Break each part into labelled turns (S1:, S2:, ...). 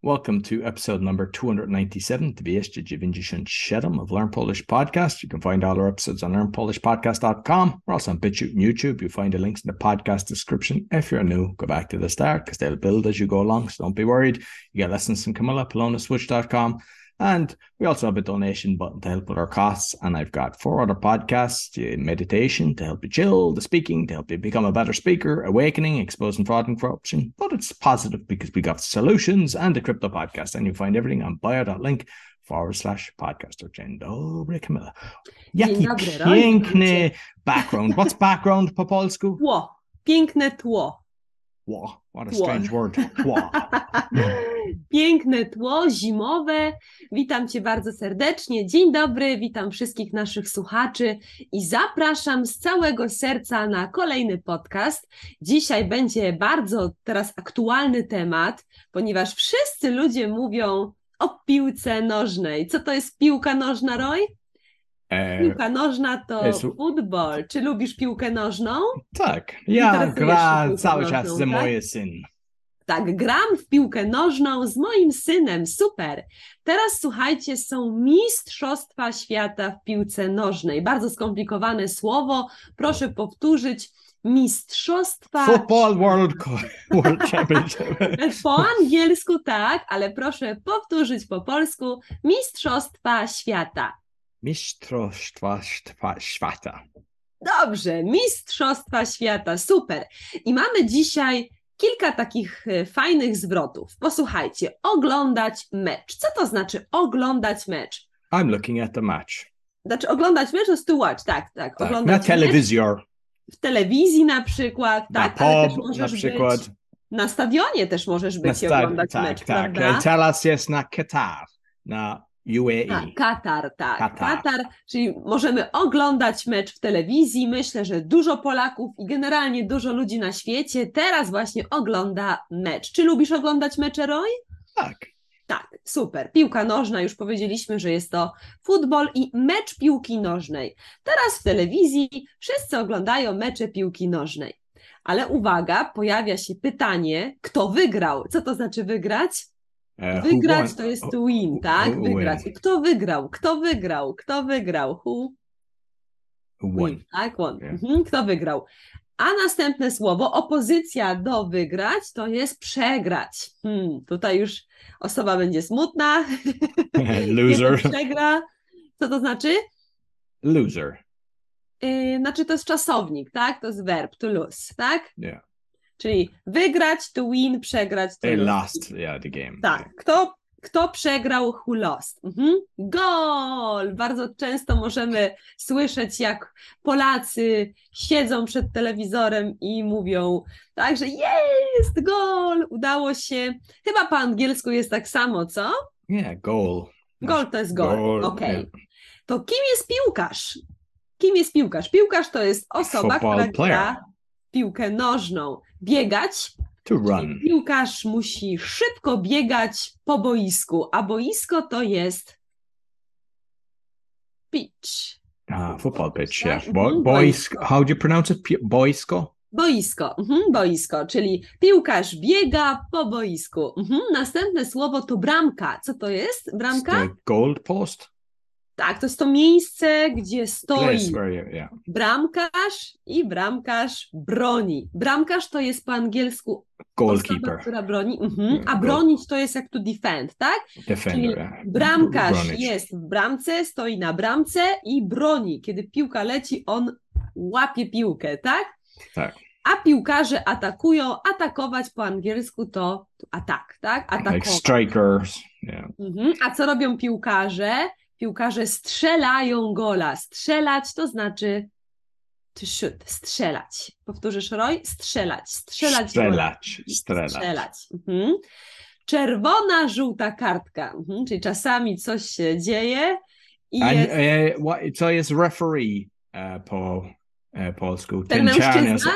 S1: Welcome to episode number 297 the Wieście 97 of Learn Polish Podcast. You can find all our episodes on learnpolishpodcast.com. We're also on BitChute and YouTube. You'll find the links in the podcast description. If you're new, go back to the start because they'll build as you go along, so don't be worried. You get lessons from Camilla, polonaswitch.com. And we also have a donation button to help with our costs. And I've got four other podcasts the meditation to help you chill, the speaking to help you become a better speaker, awakening, exposing fraud and corruption. But it's positive because we got solutions and the crypto podcast. And you find everything on bio.link forward slash podcaster. Dzień dobry, Kamila. Jaki
S2: dobry, Roy.
S1: piękny background. What's background po polsku?
S2: Tło. Piękne tło.
S1: Tło. What a
S2: Tło.
S1: strange word. Tło.
S2: Piękne tło zimowe. Witam Cię bardzo serdecznie. Dzień dobry, witam wszystkich naszych słuchaczy i zapraszam z całego serca na kolejny podcast. Dzisiaj będzie bardzo teraz aktualny temat, ponieważ wszyscy ludzie mówią o piłce nożnej. Co to jest piłka nożna, Roy?
S1: E,
S2: Piłka nożna to
S1: jest-
S2: futbol. Czy lubisz piłkę nożną?
S1: tak. Ja
S2: Interesujesz się
S1: gra
S2: piłką
S1: cały czas
S2: nożną,
S1: ze
S2: tak?
S1: moje syn.
S2: Tak, gram w piłkę nożną z moim synem, super. Teraz słuchajcie, są Mistrzostwa Świata w piłce nożnej. Bardzo skomplikowane słowo, proszę powtórzyć. Mistrzostwa.
S1: Football World, Co- World Championship.
S2: Po angielsku tak, ale proszę powtórzyć po polsku. Mistrzostwa Świata.
S1: Mistrzostwa Śwa- Świata.
S2: Dobrze, Mistrzostwa Świata, super. I mamy dzisiaj kilka takich e, fajnych zwrotów. Posłuchajcie, oglądać mecz. Co to znaczy oglądać mecz?
S1: I'm looking at the match.
S2: Znaczy oglądać mecz to jest to watch, tak, tak.
S1: Tak. Na
S2: Oglądać mecz
S1: telewizor,
S2: w telewizji na przykład,
S1: na
S2: tak, ale też
S1: pub na
S2: możesz
S1: przykład.
S2: być na stadionie też możesz
S1: na
S2: być i
S1: sta-
S2: oglądać
S1: tak,
S2: mecz,
S1: tak.
S2: prawda?
S1: Teraz jest na Katar, na E.
S2: A,
S1: UAE.
S2: Katar, tak.
S1: Katar.
S2: Katar. czyli możemy oglądać mecz w telewizji. Myślę, że dużo Polaków i generalnie dużo ludzi na świecie teraz właśnie ogląda mecz. Czy lubisz oglądać mecze, Roy?
S1: Tak.
S2: Tak, super. Piłka nożna, już powiedzieliśmy, że jest to futbol i mecz piłki nożnej. Teraz w telewizji wszyscy oglądają mecze piłki nożnej. Ale uwaga, pojawia się pytanie, kto wygrał? Co to znaczy wygrać?
S1: E, who
S2: Wygrać
S1: won?
S2: to jest
S1: O,
S2: to win, tak?
S1: who
S2: Wygrać.
S1: win?
S2: Kto wygrał? Kto wygrał? Kto wygrał? Who
S1: who
S2: win?
S1: won?
S2: Tak, won.
S1: Yeah.
S2: Mhm, Kto wygrał? A następne słowo, opozycja do wygrać, to jest przegrać. Hmm, tutaj już osoba będzie smutna,
S1: Loser.
S2: Jeden przegra. Co to znaczy?
S1: Loser.
S2: Yy, znaczy to jest czasownik, tak? To jest verb to lose, tak?
S1: Yeah.
S2: Czyli wygrać to win, przegrać to
S1: They
S2: lose.
S1: lost yeah, the game.
S2: Tak. Kto, kto przegrał who lost? Mhm. Gol! Bardzo często możemy słyszeć, jak Polacy siedzą przed telewizorem i mówią tak, że jest gol, udało się. Chyba po angielsku jest tak samo, co?
S1: Yeah, goal.
S2: Gol to jest gol.
S1: Gol,
S2: Okej.
S1: nie.
S2: To kim jest piłkarz? Kim jest piłkarz? Piłkarz to jest osoba,
S1: Football
S2: która
S1: player.
S2: gra w piłkę nożną. Biegać.
S1: To run.
S2: Piłkarz musi szybko biegać po boisku, a boisko to jest pitch.
S1: Ah, football pitch, yeah.
S2: Tak,
S1: Bo-
S2: mhm,
S1: boys,
S2: boisko.
S1: how do you pronounce it? Pi- Boisko?
S2: Boisko, mhm, boisko, czyli piłkarz biega po boisku. Mhm. Następne słowo to bramka. Co to jest? Bramka?
S1: The gold post?
S2: Tak, to jest to miejsce, gdzie
S1: Place
S2: stoi
S1: where you, yeah.
S2: bramkarz i bramkarz broni. Bramkarz to jest po angielsku osoba,
S1: Goalkeeper.
S2: która broni, mhm. a
S1: Goal-
S2: bronić to jest jak to defend, tak?
S1: Defender. yeah.
S2: Bramkarz
S1: Bronić.
S2: jest w bramce, stoi na bramce i broni. Kiedy piłka leci, on łapie piłkę, tak?
S1: Tak.
S2: A piłkarze atakują, atakować po angielsku to atak, tak?
S1: Like
S2: Atakować.
S1: strikers. Yeah.
S2: Mhm. A co robią piłkarze? Piłkarze strzelają gola. Strzelać to znaczy to shoot, strzelać. Powtórzysz, Roy? Strzelać, strzelać. gola.
S1: Strzelać. Strzelać.
S2: strzelać. Mhm. Czerwona, żółta kartka. Mhm. Czyli czasami coś się dzieje i
S1: And,
S2: jest
S1: e, what, co jest referee e, po e, polsku?
S2: ten
S1: czarny-
S2: mężczyzna,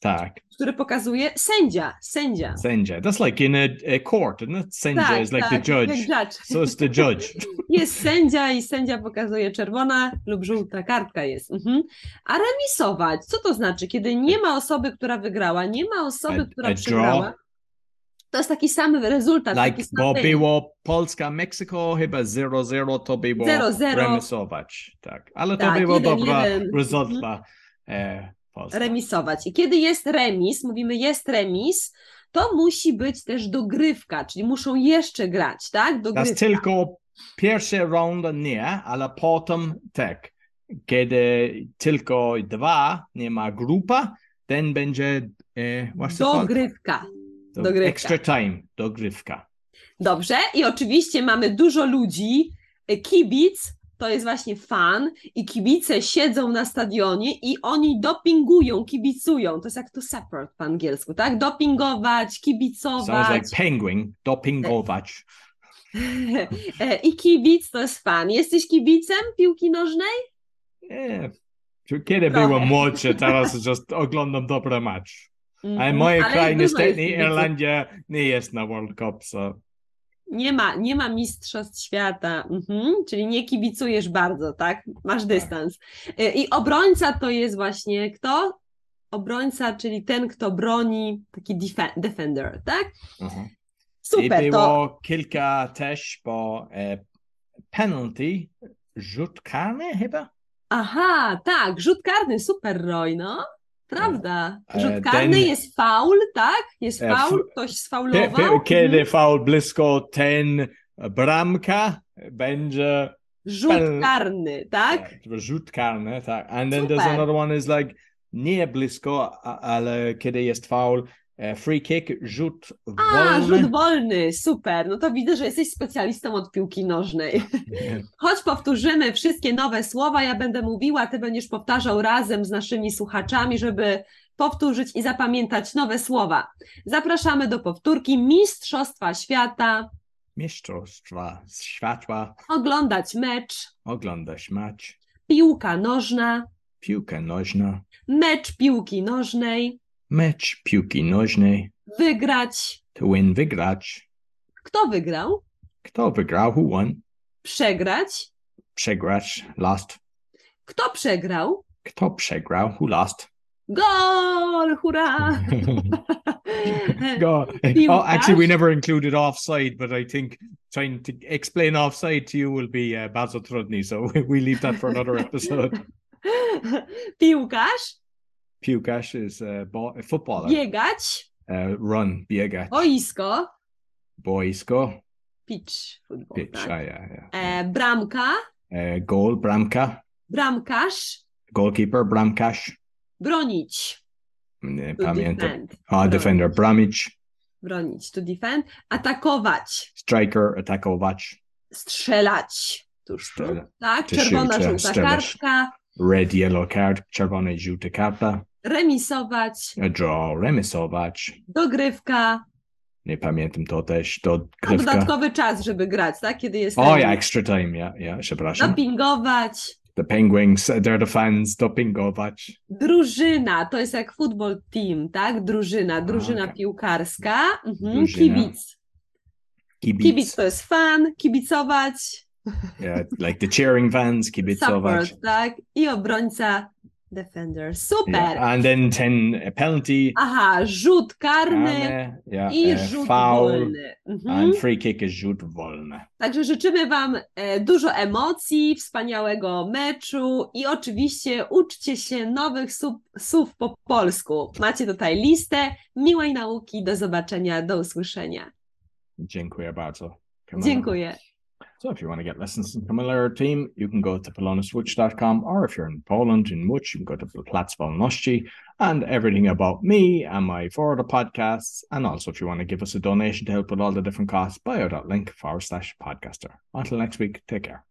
S1: Tak.
S2: który pokazuje sędzia, sędzia.
S1: Sędzia. That's like in a, a court, isn't it? Sędzia
S2: Tak,
S1: is like
S2: tak,
S1: the judge.
S2: jak judge.
S1: So it's the judge.
S2: Jest sędzia i sędzia pokazuje czerwona lub żółta kartka jest. Mhm. A remisować, co to znaczy, kiedy nie ma osoby, która wygrała, nie ma osoby,
S1: A-
S2: która
S1: a draw?
S2: przegrała? To jest taki sam rezultat.
S1: Like,
S2: taki
S1: bo
S2: sam wynik.
S1: było Polska-Meksyko chyba 0-0, to było
S2: 0-0.
S1: remisować. Tak, ale to
S2: Tak,
S1: było
S2: jeden,
S1: dobra
S2: jeden.
S1: result
S2: Mhm.
S1: dla e, Polski.
S2: remisować. I kiedy jest remis, mówimy jest remis, to musi być też dogrywka, czyli muszą jeszcze grać, tak?
S1: To jest
S2: Dogrywka.
S1: tylko pierwszy round nie, ale potem tak. Kiedy tylko dwa, nie ma grupa, ten będzie e, what's it called?
S2: Dogrywka.
S1: To
S2: dogrywka.
S1: Extra time, dogrywka.
S2: Dobrze? I oczywiście mamy dużo ludzi. Kibic to jest właśnie fan i kibice siedzą na stadionie i oni dopingują, kibicują. To jest jak to support po angielsku, tak? Dopingować,
S1: Sounds
S2: kibicować.
S1: like penguin, dopingować.
S2: E, I kibic to jest fan. Jesteś kibicem piłki nożnej?
S1: Nie. Czy E, Kiedy
S2: Tak. Trochę.
S1: byłem młodszy, teraz just oglądam dobry mecz. A
S2: Mhm,
S1: moje
S2: ale
S1: kraj
S2: dużo jest
S1: niestety
S2: kibiców.
S1: Irlandia nie jest na World Cup, so.
S2: Nie ma, nie ma mistrzostw świata, mhm. czyli nie kibicujesz bardzo, tak? Masz dystans. Y, I obrońca to jest właśnie kto? Obrońca, czyli ten, kto broni, taki defe- defender, tak?
S1: Aha. I
S2: Super, to
S1: było kilka też, bo e, penalty, rzut karny chyba?
S2: aha, tak, rzut karny, super Roy, no. Prawda.
S1: E,
S2: Rzut karny
S1: ten-
S2: jest faul, tak? Jest
S1: E, f-
S2: faul, ktoś
S1: Pie-
S2: sfaulował.
S1: pie-
S2: Mhm.
S1: Kiedy faul blisko ten bramka będzie
S2: Rzut karny, tak?
S1: Yeah, rzut karny, tak. And then there's
S2: Super.
S1: another one is like nie blisko, a- ale kiedy jest foul, e, free kick, rzut
S2: A,
S1: wolny.
S2: rzut wolny, super. No to widzę, że jesteś specjalistą od piłki nożnej. Chodź powtórzymy wszystkie nowe słowa, ja będę mówiła, ty będziesz powtarzał razem z naszymi słuchaczami, żeby powtórzyć i zapamiętać nowe słowa. Zapraszamy do powtórki Mistrzostwa Świata,
S1: Mistrzostwa światła,
S2: oglądać mecz,
S1: oglądasz mecz,
S2: piłka nożna,
S1: piłka nożna,
S2: mecz piłki nożnej,
S1: mecz piłki nożnej,
S2: wygrać.
S1: to win, wygrać.
S2: Kto wygrał?
S1: Kto wygrał, who won,
S2: Przegrać.
S1: przegrać, lost.
S2: Kto przegrał?
S1: Kto przegrał, who lost.
S2: Gol! Hurra!
S1: God.
S2: Team
S1: Oh, actually, we
S2: Dash?
S1: never included offside, but I think trying to explain offside to you will be uh, Basil Trudny, so we, we leave that for another episode.
S2: Piłkarz,
S1: Pukash is a, ball, a footballer.
S2: biegać,
S1: Uh, run, biega,
S2: Oh, boisko,
S1: boys go,
S2: pitch, futbol,
S1: pitch,
S2: tak?
S1: ah, yeah, yeah.
S2: E, bramka,
S1: Uh, goal, Bramka,
S2: bramkarz,
S1: goalkeeper, Mm, Bramkash,
S2: bronić.
S1: Nie
S2: To
S1: pamiętam.
S2: defend,
S1: Ah, defender, Bramic,
S2: bronić, to defend. Atakować,
S1: striker, Atakovac,
S2: strzelać. Tuż tu,
S1: Strzela-
S2: tak?
S1: czy
S2: Czerwona,
S1: siłce,
S2: żółta
S1: strzelasz.
S2: kartka.
S1: red, yellow card, czerwone, żółte karta,
S2: Remisować,
S1: a draw, remisovac,
S2: dogrywka.
S1: nie pamiętam to też, to
S2: A
S1: grywka.
S2: dodatkowy czas, żeby grać, tak? Kiedy jest
S1: O,
S2: remis.
S1: ja, extra time, ja, ja, przepraszam.
S2: Dopingować,
S1: The Penguins, they're the fans, dopingować.
S2: drużyna. To jest jak futbol team, tak? Drużyna, drużyna
S1: okej.
S2: piłkarska. Mhm.
S1: Drużyna.
S2: Kibic.
S1: Kibic.
S2: Kibic to jest fan, kibicować.
S1: Yeah, like the cheering fans, kibicować.
S2: Support, tak? I obrońca Defender. Super!
S1: Yeah. And then 10 a penalty,
S2: Aha, rzut karny
S1: karne, yeah,
S2: i
S1: eh,
S2: rzut wolny. Mhm.
S1: and free kick is rzut wolny.
S2: Także życzymy Wam e, dużo emocji, wspaniałego meczu i oczywiście uczcie się nowych sub, słów po polsku. Macie tutaj listę. Miłej nauki, do zobaczenia, do usłyszenia.
S1: Dziękuję bardzo. Kamila.
S2: Dziękuję.
S1: So if you want to get lessons from Camilla or team, you can go to polonaswitch.com or if you're in Poland in Łódź, you can go to Platz Wolności and everything about me and my four other podcasts. And also if you want to give us a donation to help with all the different costs, bio.link forward slash podcaster. Until next week, take care.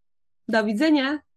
S2: Do widzenia.